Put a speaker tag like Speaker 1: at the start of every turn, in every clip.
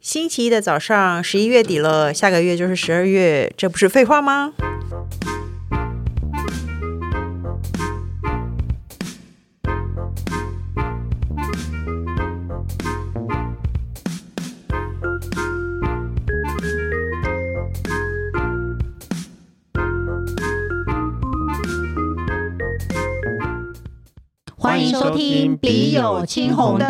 Speaker 1: 星期一的早上，十一月底了，下个月就是十二月，这不是废话吗？
Speaker 2: 欢迎收听《笔友青红灯》。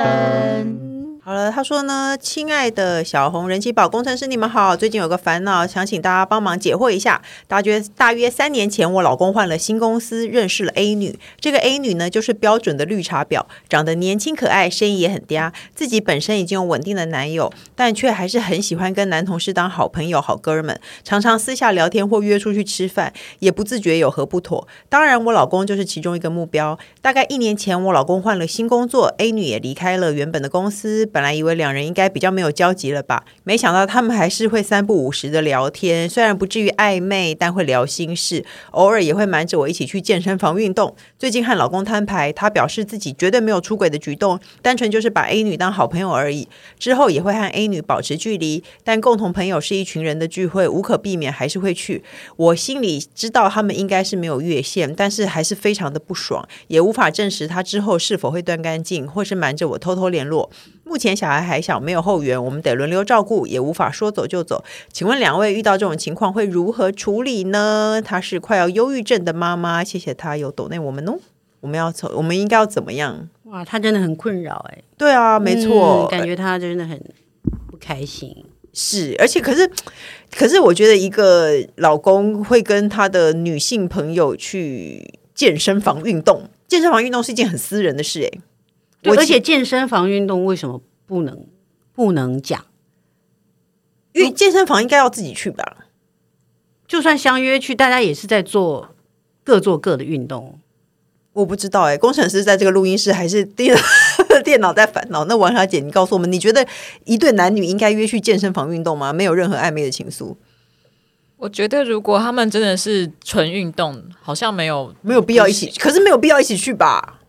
Speaker 1: 好了，他说呢，亲爱的小红人气宝工程师，你们好，最近有个烦恼，想请大家帮忙解惑一下。大约大约三年前，我老公换了新公司，认识了 A 女。这个 A 女呢，就是标准的绿茶婊，长得年轻可爱，声音也很嗲，自己本身已经有稳定的男友，但却还是很喜欢跟男同事当好朋友、好哥们，常常私下聊天或约出去吃饭，也不自觉有何不妥。当然，我老公就是其中一个目标。大概一年前，我老公换了新工作，A 女也离开了原本的公司。本来以为两人应该比较没有交集了吧，没想到他们还是会三不五时的聊天，虽然不至于暧昧，但会聊心事，偶尔也会瞒着我一起去健身房运动。最近和老公摊牌，他表示自己绝对没有出轨的举动，单纯就是把 A 女当好朋友而已。之后也会和 A 女保持距离，但共同朋友是一群人的聚会，无可避免还是会去。我心里知道他们应该是没有越线，但是还是非常的不爽，也无法证实他之后是否会断干净，或是瞒着我偷偷联络。目前小孩还小，没有后援，我们得轮流照顾，也无法说走就走。请问两位遇到这种情况会如何处理呢？她是快要忧郁症的妈妈，谢谢她有抖内我们哦。我们要从我们应该要怎么样？
Speaker 2: 哇，他真的很困扰哎、
Speaker 1: 对啊，没错，呃
Speaker 2: 嗯感觉他真的很不开心。
Speaker 1: 是，而且可是，可是我觉得一个老公会跟他的女性朋友去健身房运动，健身房运动是一件很私人的事、欸，
Speaker 2: 对，
Speaker 1: 我
Speaker 2: 而且健身房运动为什么不能不能讲？
Speaker 1: 因为健身房应该要自己去吧？
Speaker 2: 就算相约去，大家也是在做各做各的运动。
Speaker 1: 我不知道哎、工程师在这个录音室还是电电脑在 烦恼？那王小姐，你告诉我们，你觉得一对男女应该约去健身房运动吗？没有任何暧昧的情愫，
Speaker 3: 我觉得如果他们真的是纯运动，好像没有
Speaker 1: 没有必要一起，可是没有必要一起去吧？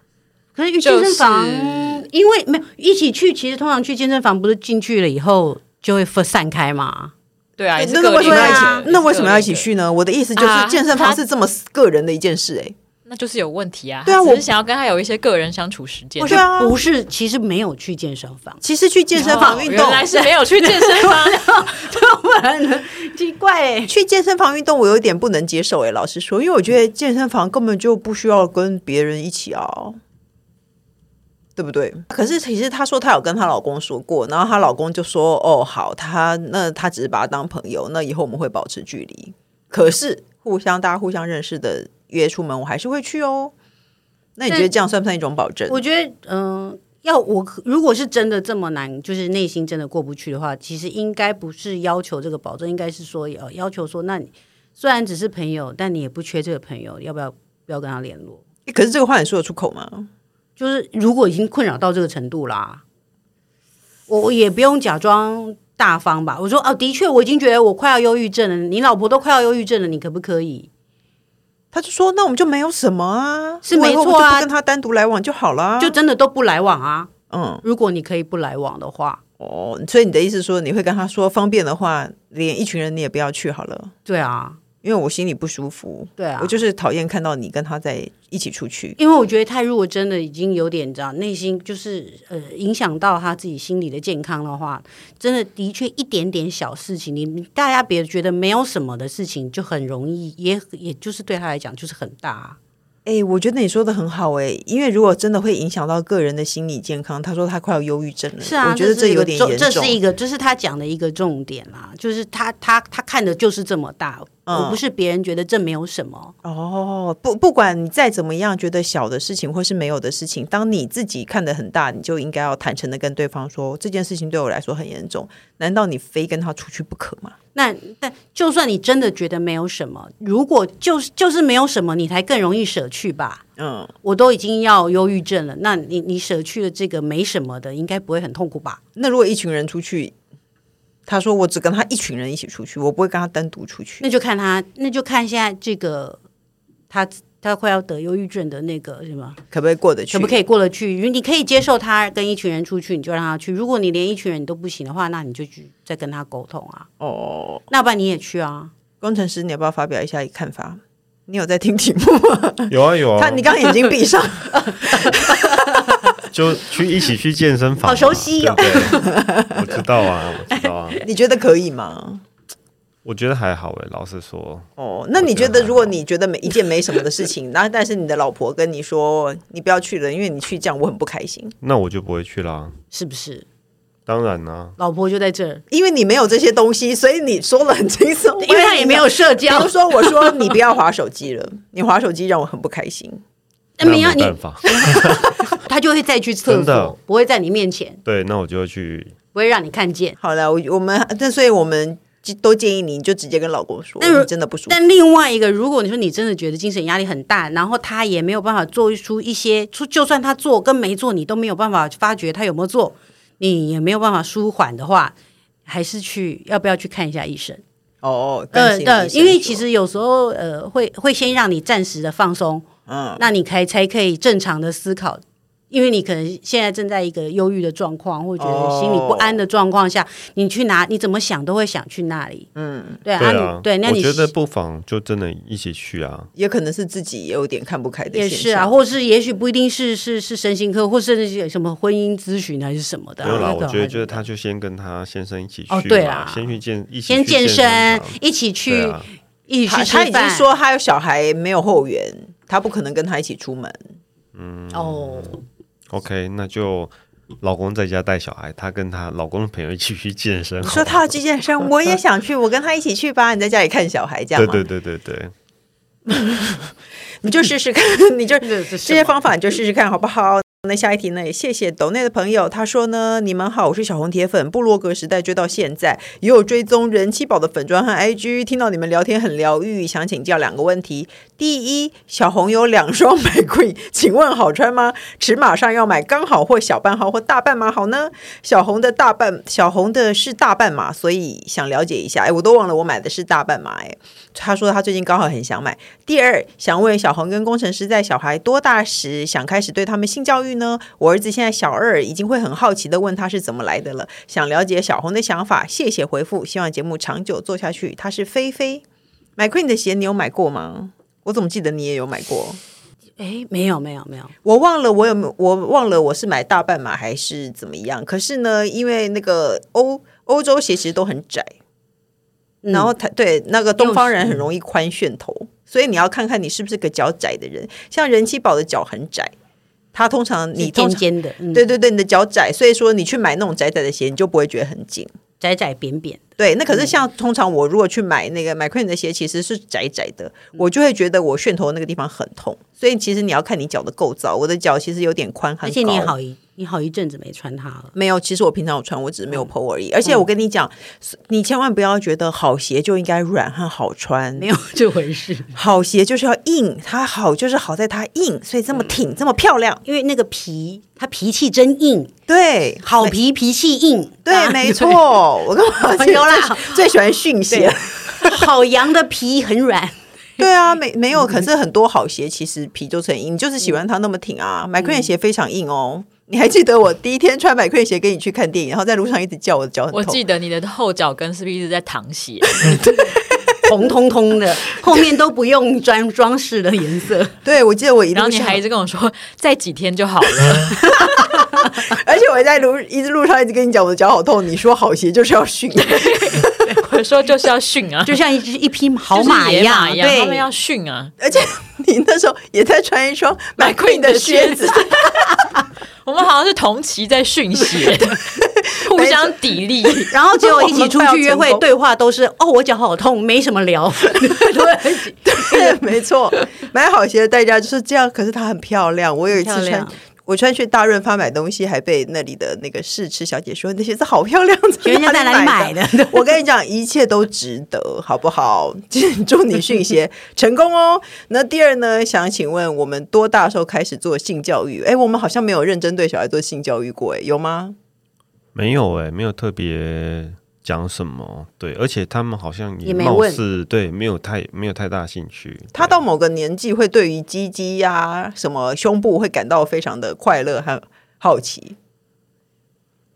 Speaker 2: 可是去
Speaker 3: 就
Speaker 2: 健
Speaker 3: 是
Speaker 2: 身房，因为没有一起去，其实通常去健身房不是进去了以后就会分散开嘛？
Speaker 3: 对啊，也是
Speaker 1: 那
Speaker 3: 个
Speaker 1: 那为
Speaker 3: 例
Speaker 1: 什么要一
Speaker 3: 的
Speaker 1: 起
Speaker 2: 啊？
Speaker 1: 那为什么要一起？去呢？我的意思就是
Speaker 3: 啊，
Speaker 1: 健身房
Speaker 3: 他
Speaker 1: 是这么个人的一件事哎、
Speaker 3: 那就是有问题啊！
Speaker 1: 对啊
Speaker 3: 他
Speaker 1: 我
Speaker 3: 只是想要跟他有一些个人相处时间哦
Speaker 2: 或。
Speaker 1: 对
Speaker 2: 者
Speaker 1: 啊，
Speaker 2: 不是，其实没有去健身房
Speaker 1: 其实去健身房
Speaker 3: 哦
Speaker 1: 运动，
Speaker 3: 原来是没有去健身房，
Speaker 2: 不然呢奇怪哎、
Speaker 1: 去健身房运动，我有点不能接受诶、哎老实说，因为我觉得健身房根本就不需要跟别人一起啊，对不对？可是其实她说她有跟她老公说过，然后她老公就说：“哦，好，她那她只是把她当朋友，那以后我们会保持距离。”可是互相大家互相认识的约出门，我还是会去哦。那你觉得这样算不算一种保证？
Speaker 2: 我觉得，嗯、要我可如果是真的这么难，就是内心真的过不去的话，其实应该不是要求这个保证，应该是说呃要求说，那你虽然只是朋友，但你也不缺这个朋友，要不要不要跟他联络？
Speaker 1: 可是这个话你说得出口吗？
Speaker 2: 就是如果已经困扰到这个程度啦，我我也不用假装大方吧。我说哦，的确，我已经觉得我快要忧郁症了，你老婆都快要忧郁症了，你可不可以？
Speaker 1: 他就说：“那我们就没有什么啊，
Speaker 2: 是没
Speaker 1: 我以后
Speaker 2: 错啊
Speaker 1: 就不跟他单独来往就好啦。”
Speaker 2: 就真的都不来往啊？
Speaker 1: 嗯。
Speaker 2: 如果你可以不来往的话，
Speaker 1: 哦，所以你的意思是说，你会跟他说方便的话，连一群人你也不要去好了，
Speaker 2: 对啊，
Speaker 1: 因为我心里不舒服。
Speaker 2: 对啊，
Speaker 1: 我就是讨厌看到你跟他在一起出去。
Speaker 2: 因为我觉得他如果真的已经有点这样，内心就是呃影响到他自己心理的健康的话，真的的确一点点小事情，你你大家别觉得没有什么的事情，就很容易，也也就是对他来讲就是很大啊、
Speaker 1: 哎、我觉得你说的很好哎、因为如果真的会影响到个人的心理健康，他说他快要忧郁症了，
Speaker 2: 是啊，
Speaker 1: 我觉得
Speaker 2: 这是一
Speaker 1: 有
Speaker 2: 个
Speaker 1: 点
Speaker 2: 重
Speaker 1: 严
Speaker 2: 这
Speaker 1: 重
Speaker 2: 是。一个，这是他讲的一个重点啦，就是他他他看的就是这么大，
Speaker 1: 嗯
Speaker 2: 我不是别人觉得这没有什么，
Speaker 1: 哦，不，不管你再怎么样觉得小的事情或是没有的事情，当你自己看得很大，你就应该要坦诚的跟对方说这件事情对我来说很严重，难道你非跟他出去不可吗？
Speaker 2: 那但就算你真的觉得没有什么，如果就是就是没有什么，你才更容易舍去吧。
Speaker 1: 嗯，
Speaker 2: 我都已经要忧郁症了，那你你舍去了这个没什么的，应该不会很痛苦吧？
Speaker 1: 那如果一群人出去，他说我只跟他一群
Speaker 2: 嗯
Speaker 1: 人一起出去，我不会跟他单独出去。
Speaker 2: 那就看他，那就看现在这个他他快要得忧郁症的那个什么，
Speaker 1: 可不可以过得去？
Speaker 2: 可不可以过得去？因为你可以接受他跟一群人出去，你就让他去；如果你连一群人你都不行的话，那你就去再跟他沟通啊。
Speaker 1: 哦，
Speaker 2: 那不然你也去啊。
Speaker 1: 工程师，你要不要发表一下看法？你有在听题目吗？
Speaker 4: 有啊有啊，
Speaker 1: 他，你刚刚眼睛闭上，
Speaker 4: 就去一起去健身房嘛，啊
Speaker 2: 好熟悉哦
Speaker 4: 对不 对我知道啊，我知道啊，
Speaker 1: 你觉得可以吗？
Speaker 4: 我觉得还好哎，老实说，
Speaker 1: 哦，那你觉得，如果你觉得每一件没什么的事情，然后但是你的老婆跟你说你不要去了，因为你去这样我很不开心，
Speaker 4: 那我就不会去啦。
Speaker 2: 是不是？
Speaker 4: 当然啦、
Speaker 2: 老婆就在这儿，
Speaker 1: 因为你没有这些东西，所以你说了很轻松，
Speaker 2: 因为他也没有社
Speaker 1: 比
Speaker 2: 交
Speaker 1: 如，说，我说你不要划手机了，你划手机让我很不开心。
Speaker 2: 那没有
Speaker 4: 没
Speaker 2: 你，
Speaker 4: 办 法。
Speaker 2: 他就会再去厕
Speaker 4: 真的
Speaker 2: 所，不会在你面前，
Speaker 4: 对，那我就会去。
Speaker 2: 不会让你看见。
Speaker 1: 好了，我我们那所以我们就都建议你，你就直接跟老公说，
Speaker 2: 那如
Speaker 1: 你真的不舒服。
Speaker 2: 但另外一个，如果你说你真的觉得精神压力很大，然后他也没有办法做出一些，就就算他做跟没做，你都没有办法发觉他有没有做，你也没有办法舒缓的话，还是去要不要去看一下医生？
Speaker 1: 哦，
Speaker 2: 呃
Speaker 1: 跟心理
Speaker 2: 呃，
Speaker 1: 医生
Speaker 2: 因为
Speaker 1: 说
Speaker 2: 其实有时候呃会会先让你暂时的放松，
Speaker 1: 嗯，
Speaker 2: 那你才才可以正常的思考。因为你可能现在正在一个忧郁的状况，或者觉得心里不安的状况下，你去哪，你怎么想都会想去那里。嗯，对
Speaker 4: 对
Speaker 2: 啊，
Speaker 4: 啊，
Speaker 2: 你对，那
Speaker 4: 我
Speaker 2: 你
Speaker 4: 觉得不妨就真的一起去啊。
Speaker 1: 也可能是自己也有点看不开的
Speaker 2: 也
Speaker 1: 现
Speaker 2: 是啊，
Speaker 1: 象。
Speaker 2: 或是也许不一定是是是身心科，或甚至是有什么婚姻咨询还是什么的啊、
Speaker 4: 没有啦，
Speaker 2: 那个
Speaker 4: 我觉得
Speaker 2: 还
Speaker 4: 就是他就先跟他先生一起去
Speaker 2: 哦
Speaker 4: 嘛，
Speaker 2: 对啦
Speaker 4: 先去健，一起
Speaker 2: 先
Speaker 4: 去
Speaker 2: 健
Speaker 4: 身
Speaker 2: 身
Speaker 4: 房，
Speaker 2: 一起去、
Speaker 4: 对啊，
Speaker 2: 一起
Speaker 1: 他
Speaker 2: 去吃
Speaker 1: 他已经
Speaker 2: 饭
Speaker 1: 说他有小孩没有后援，他不可能跟他一起出门。
Speaker 2: 哦，
Speaker 4: OK，那就老公在家带小孩，她跟她老公的朋友一起去健身。
Speaker 1: 你说他要去健 身，我也想去，我跟他一起去吧。你在家里看小孩这样
Speaker 4: 对
Speaker 1: 吗？
Speaker 4: 对对对对，
Speaker 1: 你就试试看， 你就
Speaker 2: 这这
Speaker 1: 这些方法你就试试看好不好？那下一题呢？也谢谢抖内的朋友，他说呢：“你们好，我是小红铁粉，部落格时代追到现在，也有追踪人气宝的粉砖和 IG，听到你们聊天很疗愈，想请教两个问题。第一，小红有两双玫瑰，请问好穿吗？尺码上要买刚好或小半号或大半码好呢？小红的大半，小红的是大半码，所以想了解一下。哎，我都忘了我买的是大半码。哎，他说他最近刚好很想买，第二，想问小红跟工程师在小孩多大时想开始对他们性教育呢？我儿子现在小二，已经会很好奇的问他是怎么来的了，想了解小红的想法。谢谢回复，希望节目长久做下去。他是菲菲，买 Queen 的鞋你有买过吗？我怎么记得你也有买过？
Speaker 2: 哎，没有没有没有，
Speaker 1: 我忘了我有没有我忘了我是买大半码还是怎么样？可是呢，因为那个欧欧洲鞋其实都很窄，
Speaker 2: 嗯
Speaker 1: 然后他对那个东方人
Speaker 2: 又是
Speaker 1: 很容易宽楦头，所以你要看看你是不是个脚窄的人。像人气宝的脚很窄，他通常
Speaker 2: 是
Speaker 1: 你
Speaker 2: 尖
Speaker 1: 通常
Speaker 2: 尖的，嗯，
Speaker 1: 对对对，你的脚窄，所以说你去买那种窄窄的鞋，你就不会觉得很紧。
Speaker 2: 窄窄扁扁的，
Speaker 1: 对，那可是像通常我如果去买那个买 Queen 的鞋，其实是窄窄的，
Speaker 2: 嗯
Speaker 1: 我就会觉得我楦头那个地方很痛。所以其实你要看你脚的构造，我的脚其实有点宽和高，
Speaker 2: 而且你也好一你好一阵子没穿它了，
Speaker 1: 没有，其实我平常有穿，我只是没
Speaker 2: 嗯
Speaker 1: 有剖而已。而且我跟你讲，你千万不要觉得好鞋就应该软和好穿，
Speaker 2: 没有这回 事，
Speaker 1: 好鞋就是要硬，它好就是好在它硬，所以
Speaker 2: 嗯
Speaker 1: 这么挺，这么漂亮。
Speaker 2: 因为那个皮它脾气真硬，
Speaker 1: 对，
Speaker 2: 好
Speaker 1: 没
Speaker 2: 皮脾气硬，
Speaker 1: 对，
Speaker 2: 啊
Speaker 1: 没，错。我跟我
Speaker 2: 有啦，
Speaker 1: 最喜欢训鞋。
Speaker 2: 好羊的皮很软，
Speaker 1: 对
Speaker 3: 嗯
Speaker 1: 啊，没没有，可是很多好鞋其实皮就是很硬，你就是喜欢它那么挺
Speaker 3: 嗯
Speaker 1: 啊。买 Queen 鞋非常硬哦。你还记得我第一天穿买 Queen 鞋跟你去看电影，然后在路上一直叫我的脚很
Speaker 3: 我
Speaker 1: 痛。
Speaker 3: 记得你的后脚跟是不是一直在淌血？
Speaker 2: 红彤彤 的，后面都不用装装饰的颜色。
Speaker 1: 对，我记得我一
Speaker 3: 然后
Speaker 1: 路
Speaker 3: 你
Speaker 1: 上，
Speaker 3: 还一直跟我说再几天就好了。
Speaker 1: 而且我在路一直路上一直跟你讲我的脚好痛，你说好鞋就是要训。
Speaker 3: 我说就是要训 啊，
Speaker 2: 就像一只一匹好
Speaker 3: 就是
Speaker 2: 马一
Speaker 3: 野
Speaker 2: 样，
Speaker 3: 一样，他们
Speaker 2: 对，
Speaker 3: 要训啊。
Speaker 1: 而且你那时候也在穿一双买 Queen 的靴子，
Speaker 3: 我们好像是同期在训鞋，互相砥砺。
Speaker 2: 然后结果一起出去约
Speaker 1: 我们快要成
Speaker 2: 会，
Speaker 1: 功
Speaker 2: 对 话都是哦，我脚好痛，没什么聊。 对，
Speaker 1: 对， 没错，买好鞋的代价就是这样。可是它很漂亮，我有一次
Speaker 2: 很漂
Speaker 1: 穿
Speaker 2: 亮。
Speaker 1: 我穿去大润发买东西，还被那里的那个试吃小姐说：“你的鞋子好漂亮，
Speaker 2: 请问一下在哪里
Speaker 1: 买
Speaker 2: 买的
Speaker 1: 我跟你讲，一切都值得，好不好？ 祝你训鞋成功哦。那第二呢，想请问我们多大时候开始做性教育？哎，我们好像没有认真对小孩做性教育过，哎，有吗？
Speaker 4: 欸没有哎、没有特别讲什么，对，而且他们好像
Speaker 2: 也没
Speaker 4: 貌
Speaker 2: 问
Speaker 4: 似对没有太没有太大兴趣。
Speaker 1: 他
Speaker 4: 对
Speaker 1: 到某个年纪会对于鸡鸡呀、什么胸部会感到非常的快乐和好奇。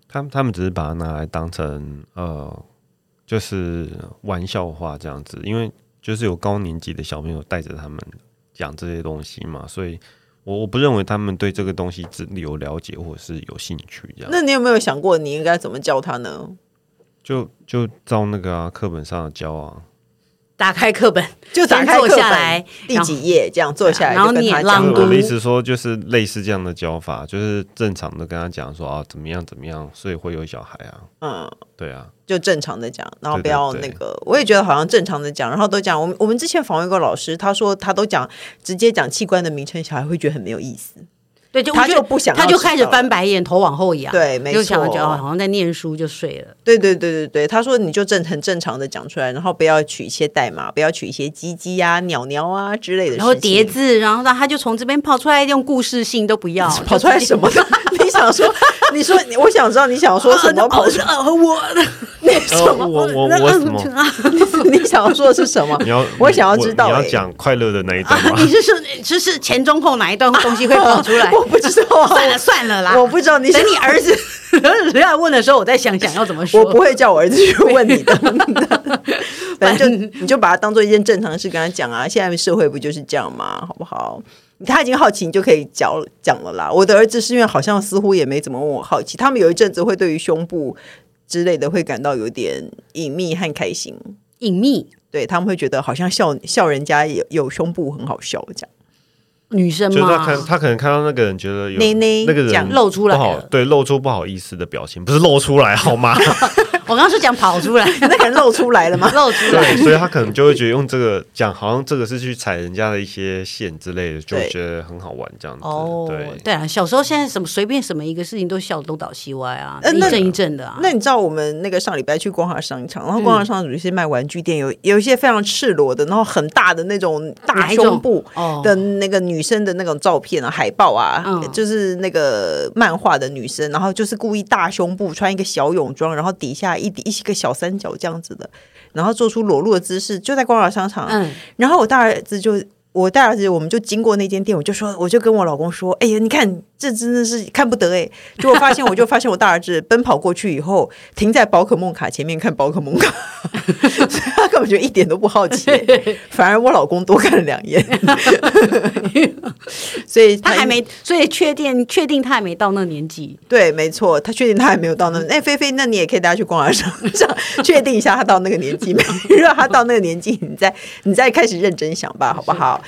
Speaker 4: 他们他们只是把它拿来当成呃，就是玩笑话这样子，因为就是有高年级的小朋友带着他们讲这些东西嘛，所以我我不认为他们对这个东西只有了解或者是有兴趣这样。
Speaker 1: 那你有没有想过你应该怎么教他呢？
Speaker 4: 就就照那个啊课本上的教啊，
Speaker 2: 打开课本，
Speaker 1: 就打开
Speaker 2: 先
Speaker 1: 课
Speaker 2: 坐
Speaker 1: 本
Speaker 2: 下来，
Speaker 1: 第几页这样坐下来，
Speaker 2: 然后
Speaker 1: 就跟
Speaker 2: 你
Speaker 1: 他
Speaker 2: 也
Speaker 1: 讲
Speaker 2: 朗
Speaker 4: 我
Speaker 2: 读
Speaker 4: 的意思说就是类似这样的教法，就是正常的跟他讲说啊怎么样怎么样，所以会有小孩啊，
Speaker 1: 嗯，
Speaker 4: 对啊，
Speaker 1: 就正常的讲，然后
Speaker 4: 对
Speaker 1: 不
Speaker 4: 对
Speaker 1: 要
Speaker 4: 对
Speaker 1: 那个。我也觉得好像正常的讲，然后都讲我们我们之前访问过老师，他说他都讲直接讲器官的名称，小孩会觉得很没有意思。
Speaker 2: 对，就
Speaker 1: 他
Speaker 2: 我觉
Speaker 1: 就
Speaker 2: 得
Speaker 1: 不想要
Speaker 2: 他就
Speaker 1: 知道
Speaker 2: 开始翻白眼，头往后仰，
Speaker 1: 对没
Speaker 2: 就想要
Speaker 1: 错
Speaker 2: 讲哦好像在念书就睡了。
Speaker 1: 对对对对对，他说你就正很正常的讲出来，然后不要取一些代码，不要取一些鸡鸡呀、鸟鸟啊之类的事情，
Speaker 2: 然后叠字，然后让他就从这边跑出来，用故事性都不要，
Speaker 1: 跑出来什么？你想说？你说你，我想知道你想
Speaker 2: 啊
Speaker 1: 说什么？跑出来，
Speaker 2: 哦
Speaker 1: 我
Speaker 4: 呃、我我我什么？
Speaker 1: 你想说的是什么？
Speaker 4: 你要
Speaker 1: 我想要知道、
Speaker 4: 你要
Speaker 1: 欸
Speaker 4: 讲快乐的那一段
Speaker 2: 啊
Speaker 4: 吗？
Speaker 2: 你是说就是前中后哪一段东西会跑出来？
Speaker 1: 我不知道啊，
Speaker 2: 算了算了啦，
Speaker 1: 我不知道你
Speaker 2: 等你儿子 回来问的时候，我再想想要怎么说。
Speaker 1: 我不会叫我儿子去问你 的。 反正就你就把它当做一件正常的事跟他讲啊。现在社会不就是这样吗？好不好？他已经好奇，你就可以讲讲了啦。我的儿子是因为好像似乎也没怎么问我好奇，他们有一阵子会对于胸部之类的会感到有点隐秘和开心，
Speaker 2: 隐秘
Speaker 1: 对他们会觉得好像笑笑人家有有胸部很好笑这样。
Speaker 2: 女生
Speaker 4: 就是他看
Speaker 2: 嘛，
Speaker 4: 他可能看到那个人觉得有
Speaker 1: 内内
Speaker 4: 那个
Speaker 1: 讲
Speaker 4: 人
Speaker 2: 露出来
Speaker 4: 不好
Speaker 2: 了
Speaker 4: 对，露出不好意思的表情，不是露出来好吗？
Speaker 2: 我刚刚是讲跑出来，
Speaker 1: 那个人露出来了吗？
Speaker 2: 露出来
Speaker 4: 对，，所以他可能就会觉得用这个讲，好像这个是去踩人家的一些线之类的，就
Speaker 1: 对
Speaker 4: 觉得很好玩这样子。
Speaker 2: 哦
Speaker 4: 对，，
Speaker 2: 对啊，小时候现在什么随便什么一个事情都笑得东倒西歪啊，
Speaker 1: 呃
Speaker 2: 一
Speaker 1: 那
Speaker 2: 阵一阵的啊。嗯
Speaker 1: 那你知道我们那个上礼拜去光华商场，然后光华商场有一些卖玩具店，有有一些非常赤裸的，然后很大的那种大
Speaker 2: 哪一种
Speaker 1: 胸部
Speaker 2: 哦
Speaker 1: 的那个女生的那种照片啊、海报啊，
Speaker 2: 嗯
Speaker 1: 就是那个漫画的女生，然后就是故意大胸部穿一个小泳装，然后底下一一个小三角这样子的，然后做出裸露的姿势，就在光华商场。
Speaker 2: 嗯，
Speaker 1: 然后我大儿子就。我大儿子，我们就经过那间店，我就说，哦我就跟我老公说，哎呀，你看这真的是看不得哎、结果发现，我就发现我大儿子奔跑过去以后，停在宝可梦卡前面看宝可梦卡，所以他根本就一点都不好奇、反而我老公多看了两眼，所以
Speaker 2: 他还没，所以确定确定他还没到那年纪，
Speaker 1: 对，没错，他确定他还没有到那。
Speaker 2: 嗯
Speaker 1: 哎，菲菲，那你也可以带他去逛啊商场， 确定一下他到那个年纪没？ 如果他到那个年纪，你再你再开始认真想吧，好不好？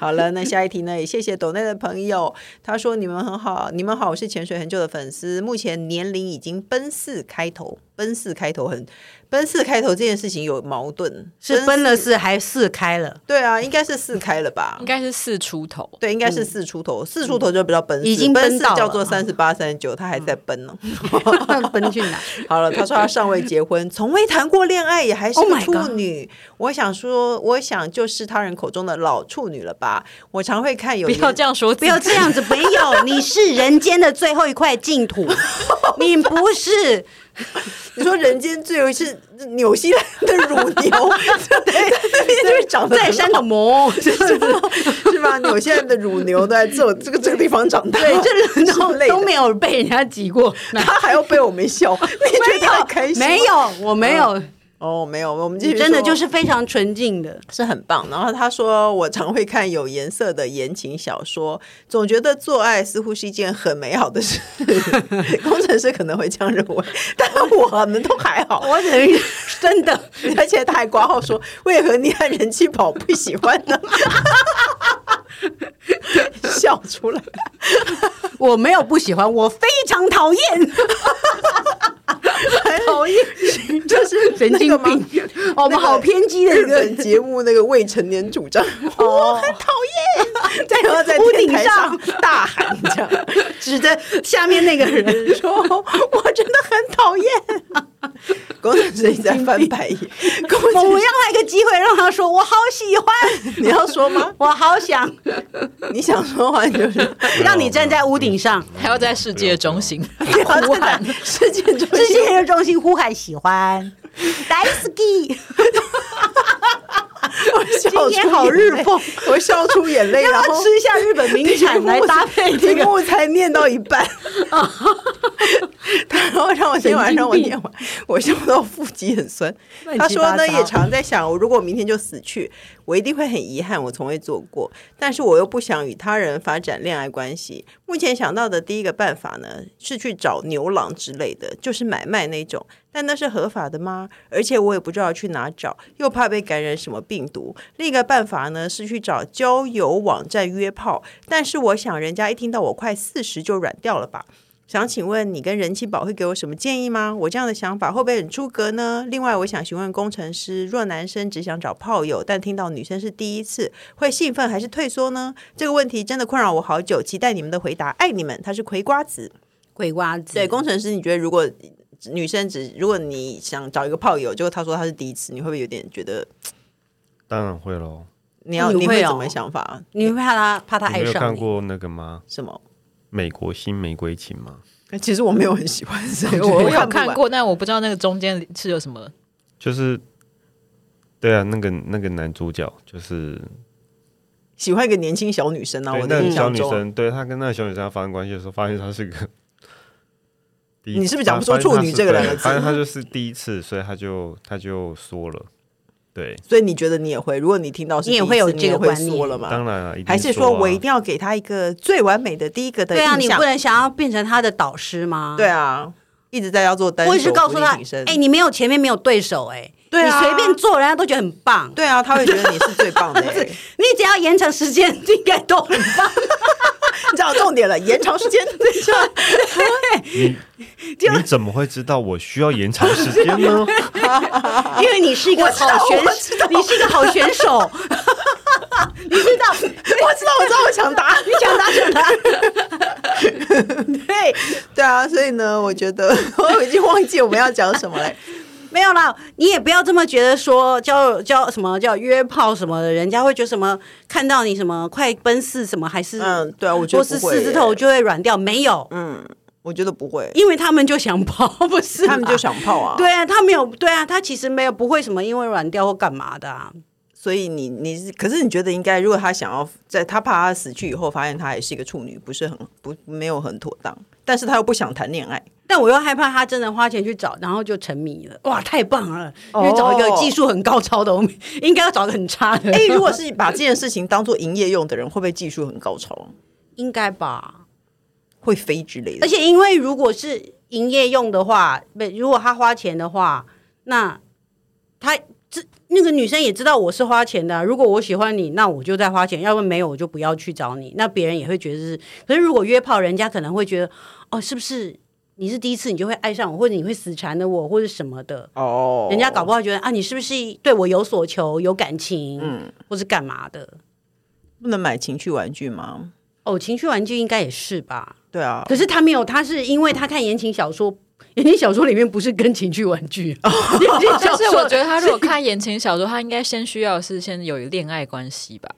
Speaker 1: 好了，那下一题呢？也谢谢抖内的朋友，他说你们很好，你们好，我是潜水很久的粉丝，目前年龄已经奔四开头，奔四开头很奔四开头这件事情有矛盾，
Speaker 2: 是奔了是还四开了，
Speaker 1: 对啊，应该是四开了吧
Speaker 3: 应？该是四出头。
Speaker 1: 对，应该是四出头，四出头就比较奔四，
Speaker 2: 嗯已经
Speaker 1: 奔
Speaker 2: 奔
Speaker 1: 四
Speaker 2: 到
Speaker 1: 叫
Speaker 2: 了嗯
Speaker 1: 做三十八、三十九，他还在奔哦呢。
Speaker 2: 奔去哪？
Speaker 1: 好了，他说他尚未结婚， 从未谈过恋爱，也还是
Speaker 2: Oh
Speaker 1: 个
Speaker 2: my
Speaker 1: 处
Speaker 2: God
Speaker 1: 女。我想说，我想就是他人口中的老处女了吧？我常会看有
Speaker 3: 不要这样说自
Speaker 2: 不
Speaker 3: 己，
Speaker 2: 要这样子，没有，你是人间的最后一块净 土，你不是。
Speaker 1: 你说人间最有是纽西兰的乳牛， 对，那边就是长得
Speaker 2: 在山口魔，
Speaker 1: 是啊吧？是吧？纽西兰的乳牛都在这这个这个地方长大，
Speaker 2: 对，这人
Speaker 1: 之类
Speaker 2: 都
Speaker 1: 的
Speaker 2: 都没有被人家挤 过，
Speaker 1: 他还要被我们笑，你觉得他很开心吗？
Speaker 2: 没有，我没有，
Speaker 1: 哦，没有，我们继
Speaker 2: 你
Speaker 1: 续
Speaker 2: 真的
Speaker 1: 说
Speaker 2: 就是非常纯净的。
Speaker 1: 是很棒。然后他说，我常会看有颜色的言情小说，总觉得做爱似乎是一件很美好的 事。工程师可能会这样认为，但我们都还好。
Speaker 2: 我等于 真的，
Speaker 1: 而且他还挂号说，为何你和人气宝不喜欢 呢？笑出来，
Speaker 2: 我没有不喜欢，我非常讨厌， 讨厌，
Speaker 1: 就是
Speaker 2: 神
Speaker 1: 那个
Speaker 2: 经
Speaker 1: 吗
Speaker 2: 病。哦我们好偏激的一
Speaker 1: 日
Speaker 2: 个哦
Speaker 1: 本节目那个未成年主张，我很讨厌， 在然后在
Speaker 2: 屋
Speaker 1: 天
Speaker 2: 顶
Speaker 1: 台上
Speaker 2: 上
Speaker 1: 大喊这样。
Speaker 2: 指着下面那个人，啊
Speaker 1: 说：“我真的很讨厌。”工程师一直在翻白 眼。工
Speaker 2: 我
Speaker 1: 程
Speaker 2: 要
Speaker 1: 师，
Speaker 2: 他一个机会，让他说我好喜欢，
Speaker 1: 你要说吗？
Speaker 2: 我好 想
Speaker 1: 你想说话你 就是
Speaker 2: 让你站在屋顶上，
Speaker 3: 还要在世界的中心
Speaker 1: 不要
Speaker 3: 呼喊
Speaker 1: 站在世界中
Speaker 2: 世
Speaker 1: 心。
Speaker 2: 界的中心呼喊喜欢，Daisy，
Speaker 1: 笑
Speaker 2: 今天
Speaker 1: 出
Speaker 2: 好日
Speaker 1: 风，我笑出眼泪，然
Speaker 2: 要
Speaker 1: 后
Speaker 2: 吃一下日本名 产来搭配这
Speaker 1: 题
Speaker 2: 个。哦
Speaker 1: 目才念到一 半， 他然后让我今天晚上让我念完，我笑到腹肌很酸。
Speaker 2: 乱
Speaker 1: 他
Speaker 2: 七
Speaker 1: 说
Speaker 2: 八糟
Speaker 1: 呢，也常在想，如果我明天就死去，我一定会很遗憾，我从未做过，但是我又不想与他人发展恋爱关系。目前想到的第一个办法呢，是去找牛郎之类的，就是买卖那种。但那是合法的吗？而且我也不知道去哪找，又怕被感染什么病毒。另一个办法呢是去找交友网站约炮，但是我想人家一听到我快四十就软掉了吧。想请问你跟人气宝会给我什么建议吗？我这样的想法会不会很出格呢？另外，我想询问工程师，若男生只想找炮友，但听到女生是第一次，会兴奋还是退缩呢？这个问题真的困扰我好久，期待你们的回答。爱你们，他是葵瓜子。
Speaker 2: 鬼瓜子，
Speaker 1: 对，工程师，你觉得如果女生只如果你想找一个炮友，结果她说她是第一次，你会不会有点觉得
Speaker 4: 当然会喽。
Speaker 1: 你要
Speaker 2: 你
Speaker 1: 你
Speaker 2: 会
Speaker 1: 会
Speaker 2: 哦
Speaker 1: 怎么想法？啊
Speaker 2: 你怕他怕他
Speaker 4: 你
Speaker 2: 爱
Speaker 4: 没有
Speaker 2: 上
Speaker 4: 看
Speaker 2: 你，
Speaker 4: 过那个吗？
Speaker 1: 什么？
Speaker 4: 美国新玫瑰情吗？
Speaker 1: 哎其实我没有很喜欢，所 以
Speaker 3: 我有
Speaker 1: 不
Speaker 3: 看
Speaker 1: 完。
Speaker 3: 过，但我不知道那个中间是有什 么。
Speaker 4: 就是，对啊，那个那个男主角就是
Speaker 1: 喜欢一个年轻小女生啊，
Speaker 4: 对
Speaker 1: 我
Speaker 4: 那
Speaker 1: 的
Speaker 4: 个
Speaker 1: 印
Speaker 4: 小
Speaker 1: 象
Speaker 4: 女
Speaker 1: 中。
Speaker 4: 生，对她跟那个小女生发生关系的时候，发现她是个第一，
Speaker 1: 你是不是讲不出
Speaker 4: 发现她
Speaker 1: 处女
Speaker 4: 是
Speaker 1: 这个
Speaker 4: 对
Speaker 1: 两个字
Speaker 4: 反正她就是第一次，所以她就她就缩了。 对，
Speaker 1: 所以你觉得你也会？如果你听到是
Speaker 2: 你也
Speaker 1: 第一
Speaker 2: 会
Speaker 1: 次
Speaker 2: 有
Speaker 1: 你
Speaker 2: 这
Speaker 1: 也
Speaker 2: 个
Speaker 1: 会
Speaker 2: 观念
Speaker 1: 说了吗？
Speaker 4: 当然了，一定
Speaker 1: 还是
Speaker 4: 说
Speaker 1: 说
Speaker 4: 啊
Speaker 1: 我一定要给他一个最完美的第一个的
Speaker 2: 对啊，
Speaker 1: 印
Speaker 2: 你
Speaker 1: 象
Speaker 2: 不能想要变成他的导师吗？
Speaker 1: 对啊，一直在要做单手
Speaker 2: 或者是告诉
Speaker 1: 独
Speaker 2: 他
Speaker 1: 立女，生
Speaker 2: 哎、你没有前面没有对手、哎，
Speaker 1: 对啊
Speaker 2: 你随便做，人家都觉得很棒。
Speaker 1: 对啊，他会觉得你是最棒 的、欸。
Speaker 2: 你只要延长时间， 应该都很棒。
Speaker 1: 你讲到重点了，延长时间。
Speaker 4: 你你怎么会知道我需要延长时间 呢？
Speaker 2: 因为你是一个好选手，你是一个好选 手，你知 道，
Speaker 1: 我知道，我知道，我想 答，你想答就答。 对对啊，所以呢，我觉得 我已经忘记我们要讲什么嘞。
Speaker 2: 没有啦，你也不要这么觉得说叫叫什么叫约炮什么的，人家会觉得什么看到你什么快奔四什么还是
Speaker 1: 嗯，对啊，我觉
Speaker 2: 或
Speaker 1: 得
Speaker 2: 是
Speaker 1: 不会
Speaker 2: 四字
Speaker 1: 耶
Speaker 2: 头，就会软掉，没有，
Speaker 1: 嗯我觉得不会，
Speaker 2: 因为他们就想跑， 不是
Speaker 1: 他们
Speaker 2: 啦
Speaker 1: 就想泡啊。
Speaker 2: 对，啊，他没有对啊，他其实没有不会什么因为软掉或干嘛的啊。
Speaker 1: 所以你你是，可是你觉得应该，如果他想要在他怕他死去以后，发现他也是一个处女，不是很不没有很妥当，但是他又不想谈 恋爱，
Speaker 2: 但我又害怕他真的花钱去找，然后就沉迷了。哇，太棒了！因
Speaker 1: 哦
Speaker 2: 为找一个技术很高超的，我们应该要找个很差的。
Speaker 1: 哎、如果是把这件事情当做营业用的人，会不会技术很高超，
Speaker 2: 应该吧。
Speaker 1: 会飞之类的
Speaker 2: 而？且因为如果是营业用的话，不，如果他花钱的话，那他这那个女生也知道我是花钱的啊、如果我喜欢你，那我就再花钱；要不然没有，我就不要去找你。那别人也会觉得是。可是如果约炮，人家可能会觉得，哦，是不是你是第一次你就会爱上我，或者你会死缠着我，或者什么的。
Speaker 1: 哦
Speaker 2: 人家搞不好觉得啊，你是不是对我有所求、有感情，或是干嘛的？
Speaker 1: 不能买情趣玩具吗？
Speaker 2: 哦，情趣玩具应该也是吧？
Speaker 1: 对啊，
Speaker 2: 可是他没有，他是因为他看言情小说， 言情小说里面不是跟情趣玩具，
Speaker 1: 啊
Speaker 2: 言 情
Speaker 3: 但
Speaker 2: 小
Speaker 3: 是
Speaker 2: 说
Speaker 3: 我觉得他如果看言情小说，他应该先需要是先有恋爱关系吧？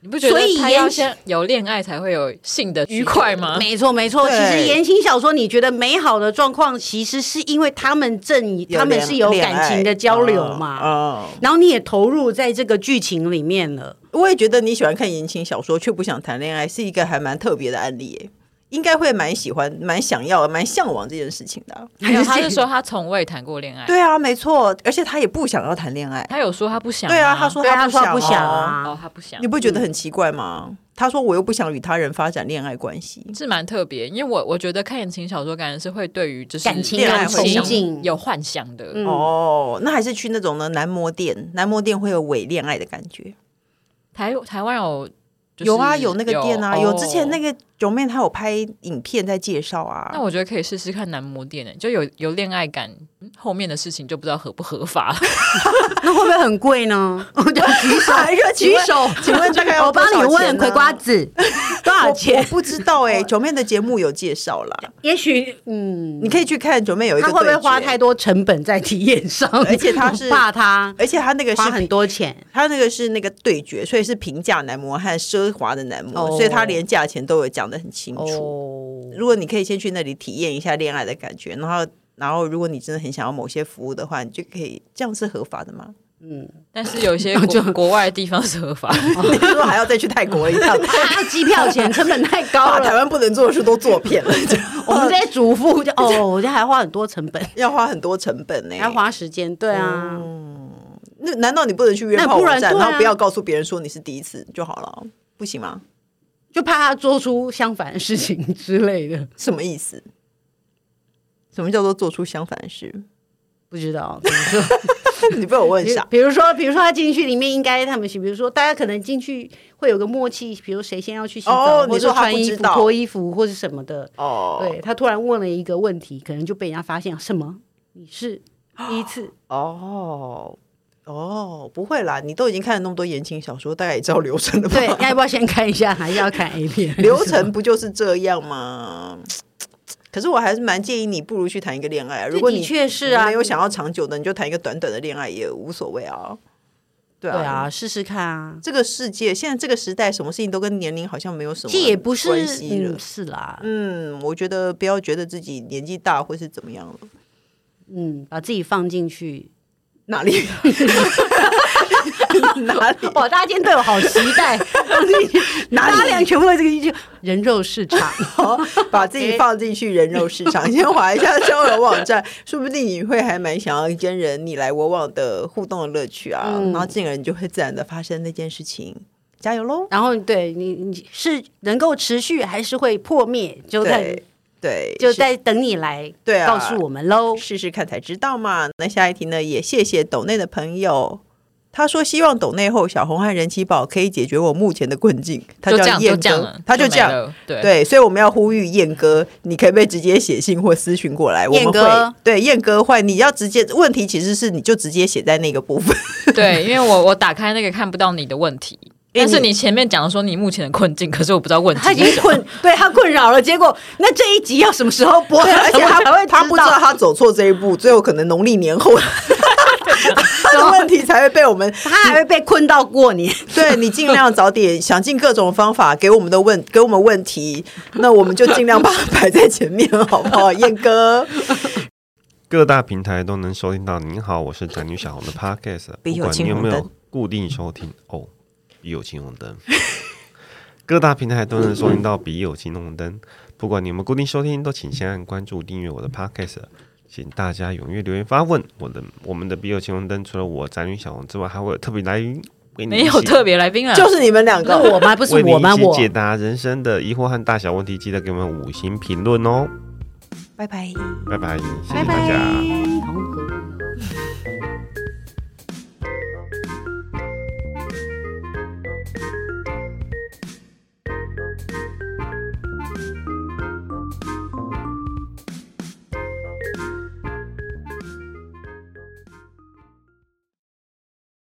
Speaker 3: 你不觉得
Speaker 2: 所以
Speaker 3: 他
Speaker 2: 言
Speaker 3: 要
Speaker 2: 情
Speaker 3: 先有恋爱才会有性的愉快 吗？
Speaker 2: 没错没错。其
Speaker 1: 对
Speaker 2: 实言情小说你觉得美好的状况，其实是因为他们正以他们是有感情的交流嘛，
Speaker 1: 啊、嗯
Speaker 2: 然后你也投入在这个剧情里面了。
Speaker 1: 我也觉得你喜欢看言情小说却不想谈恋爱，是一个还蛮特别的案例耶，应该会蛮喜欢、蛮想要、蛮向往这件事情的啊、
Speaker 3: 还有，他
Speaker 2: 还
Speaker 3: 是说他从未谈过恋爱，
Speaker 1: 对啊，没错，而且他也不想要谈恋爱。
Speaker 3: 他有说他不想吗。
Speaker 1: 对啊，他说
Speaker 2: 对他
Speaker 1: 不
Speaker 2: 说他不
Speaker 1: 想
Speaker 2: 想
Speaker 1: 哦
Speaker 2: 啊
Speaker 3: 哦，，他不想
Speaker 1: 你，不觉得很奇怪吗？他说我又不想与他人发展恋爱关系，
Speaker 3: 是蛮特别。因为我我觉得看言情小说，感觉是会对于就是
Speaker 2: 感情
Speaker 1: 恋爱
Speaker 3: 感
Speaker 1: 会
Speaker 3: 情
Speaker 1: 想
Speaker 3: 有幻想的。
Speaker 2: 嗯
Speaker 1: 哦，那还是去那种呢男模店，男模店会有伪恋爱的感觉。
Speaker 3: 台台湾有就是
Speaker 1: 有啊，有那个店啊，有之前那。
Speaker 3: 哦
Speaker 1: 个九妹她有拍影片在介绍
Speaker 3: 那
Speaker 1: 啊。
Speaker 3: 我觉得可以试试看男模店诶、欸就有有恋爱感，嗯后面的事情就不知道合不合法。
Speaker 2: 那会不会很 贵呢？我就举手
Speaker 1: 还是，请
Speaker 2: 举
Speaker 1: 问
Speaker 2: 手，
Speaker 1: 请问大概要
Speaker 2: 我帮
Speaker 1: 多
Speaker 2: 你
Speaker 1: 少钱
Speaker 2: 问
Speaker 1: 呢
Speaker 2: 葵瓜子多少大
Speaker 1: 我
Speaker 2: 姐，
Speaker 1: 不知道 哎、九妹的节目有介绍啦，
Speaker 2: 也许嗯，
Speaker 1: 你可以去看九妹有一个
Speaker 2: 他
Speaker 1: 对
Speaker 2: 会不会花
Speaker 1: 决
Speaker 2: 太多成本在体验上？
Speaker 1: 而且他是
Speaker 2: 我 怕他
Speaker 1: 而且他那个是
Speaker 2: 花很多钱，
Speaker 1: 他那个是那个对决，所以是平价男模和奢华的男模，
Speaker 2: 哦
Speaker 1: 所以他连价钱都有讲得很清楚。
Speaker 2: 哦，
Speaker 1: 如果你可以先去那里体验一下恋爱的感觉，然后然后如果你真的很想要某些服务的话，你就可以这样是合法的吗？
Speaker 3: 但是有些国国外的地方是合法的，
Speaker 1: 你是说还要再去泰国一 趟？
Speaker 2: 他的机票钱成本太高
Speaker 1: 把台
Speaker 2: 了，
Speaker 1: 湾不能做的事都做遍了，这样
Speaker 2: 我们这些主 妇就哦，我这还花很多成本，
Speaker 1: 要花很多成本呢、
Speaker 2: 还要花时间，对啊，
Speaker 1: 嗯那难道你不能去约
Speaker 2: 那
Speaker 1: 炮
Speaker 2: 不
Speaker 1: 网
Speaker 2: 然
Speaker 1: 站，
Speaker 2: 对
Speaker 1: 然
Speaker 2: 啊
Speaker 1: 后不要告诉别人说你是第一次就好了？不行吗？
Speaker 2: 就怕他做出相反的事情之类的，
Speaker 1: 什么意思？什么叫做做出相反的事？
Speaker 2: 不知道怎么说。
Speaker 1: 你被我问
Speaker 2: 比如
Speaker 1: 傻。
Speaker 2: 比如说，比如说他进去里面应该他们是，比如说大家可能进去会有个默契，比如谁先要去洗澡，
Speaker 1: 哦你
Speaker 2: 或者
Speaker 1: 说他
Speaker 2: 穿
Speaker 1: 不
Speaker 2: 衣
Speaker 1: 知
Speaker 2: 服、
Speaker 1: 道
Speaker 2: 脱衣服或是什么的。
Speaker 1: 哦，
Speaker 2: 对他突然问了一个问题，可能就被人家发现什么？你是第一次
Speaker 1: 哦，哦，不会啦，你都已经看了那么多言情小说，大概也知道流程了吧？
Speaker 2: 对， 要不要先看一下？还是要看 A 片？
Speaker 1: 流 程不就是这样吗？可是我还是蛮建议你，不如去谈一个恋爱啊。
Speaker 2: 这
Speaker 1: 如果
Speaker 2: 的
Speaker 1: 你
Speaker 2: 确是啊
Speaker 1: 没有想要长久的，你就谈一个短短的恋爱也无所谓啊。对
Speaker 2: 对
Speaker 1: 啊，
Speaker 2: 啊，试试看啊。
Speaker 1: 这个世界现在这个时代，什么事情都跟年龄好像没有什么
Speaker 2: 这也不是
Speaker 1: 关系了
Speaker 2: 嗯，。是啦，
Speaker 1: 嗯，我觉得不要觉得自己年纪大或是怎么样了，
Speaker 2: 嗯，把自己放进去。
Speaker 1: 哪 里哪里
Speaker 2: 哇，大家今天对我好期待， 放进去，
Speaker 1: 哪里
Speaker 2: 大家俩全部在这个一句人肉市 场。
Speaker 1: 把自己放进去人肉市
Speaker 3: 哎
Speaker 1: 场，先划一下交友网站， 说不定你会还蛮想要跟人你来我往的互动的乐趣啊，
Speaker 2: 嗯
Speaker 1: 然后进而你就会自然的发生那件事情，加油喽！
Speaker 2: 然后对你，你是能够持续还是会破灭？就在
Speaker 1: 对对，
Speaker 2: 就是在等你来
Speaker 1: 对啊，
Speaker 2: 告诉我们喽。
Speaker 1: 试试看才知道嘛。那下一题呢，也谢谢抖内的朋友。他说：“希望抖内后，小红和人气宝可以解决我目前的困境。”他
Speaker 3: 就这
Speaker 1: 叫
Speaker 3: 样就
Speaker 1: 燕
Speaker 3: 这样
Speaker 1: 哥
Speaker 3: 了，，
Speaker 1: 他就这样
Speaker 3: 没。了，对
Speaker 1: 对，所以我们要呼吁燕哥，你可不可以直接写信或私讯过来？我们
Speaker 2: 燕哥
Speaker 1: 会对燕哥会，你要直接问题其实是你就直接写在那个部 分。
Speaker 3: 对，因为我我打开那个看不到你的问题，但是
Speaker 1: 你
Speaker 3: 你前面讲说你目前的困境，可是我不知道问题
Speaker 2: 他已
Speaker 3: 是
Speaker 2: 经
Speaker 3: 什 么。
Speaker 2: 困，对他困扰了。结果那这一集要什么时候播？
Speaker 1: 对， 而且他
Speaker 2: 才会
Speaker 1: 他不知道他走错这一步，最后可能农历年 后他的问题才会被我们。
Speaker 2: 他还会被困到过年。
Speaker 1: 对你尽量早点想尽各种方法给我们的问给我们问题，那我们就尽量把它摆在前面，好不好？燕 哥，
Speaker 2: 嗯
Speaker 4: 各大平台都能收听到。您好，我是宅女小红的 Podcast，
Speaker 1: 比
Speaker 4: 不
Speaker 1: 友
Speaker 4: 管
Speaker 1: 情
Speaker 4: 你有没
Speaker 1: 红
Speaker 4: 有
Speaker 1: 灯
Speaker 4: 固定收听哦，笔友青红灯， 各大平台都能收听到笔友青红灯。不管你有没有固定收听，都请先按关注、订阅我的 Podcast。请大家踊跃留言发问。我的我们的笔友青红灯，除了我宅女小红之外，还会有特别来宾为你
Speaker 3: 没
Speaker 4: 一
Speaker 3: 有
Speaker 4: 起
Speaker 3: 特别来宾啊，
Speaker 1: 就是你们两
Speaker 2: 那
Speaker 1: 个，
Speaker 2: 我吗？不是
Speaker 4: 为
Speaker 2: 我
Speaker 4: 你
Speaker 2: 吗？
Speaker 4: 一
Speaker 2: 我
Speaker 4: 起解答人生的疑惑和大小问题，记得给我们五星评论哦。
Speaker 1: 拜拜。
Speaker 4: 拜拜，谢谢大家。
Speaker 2: 拜拜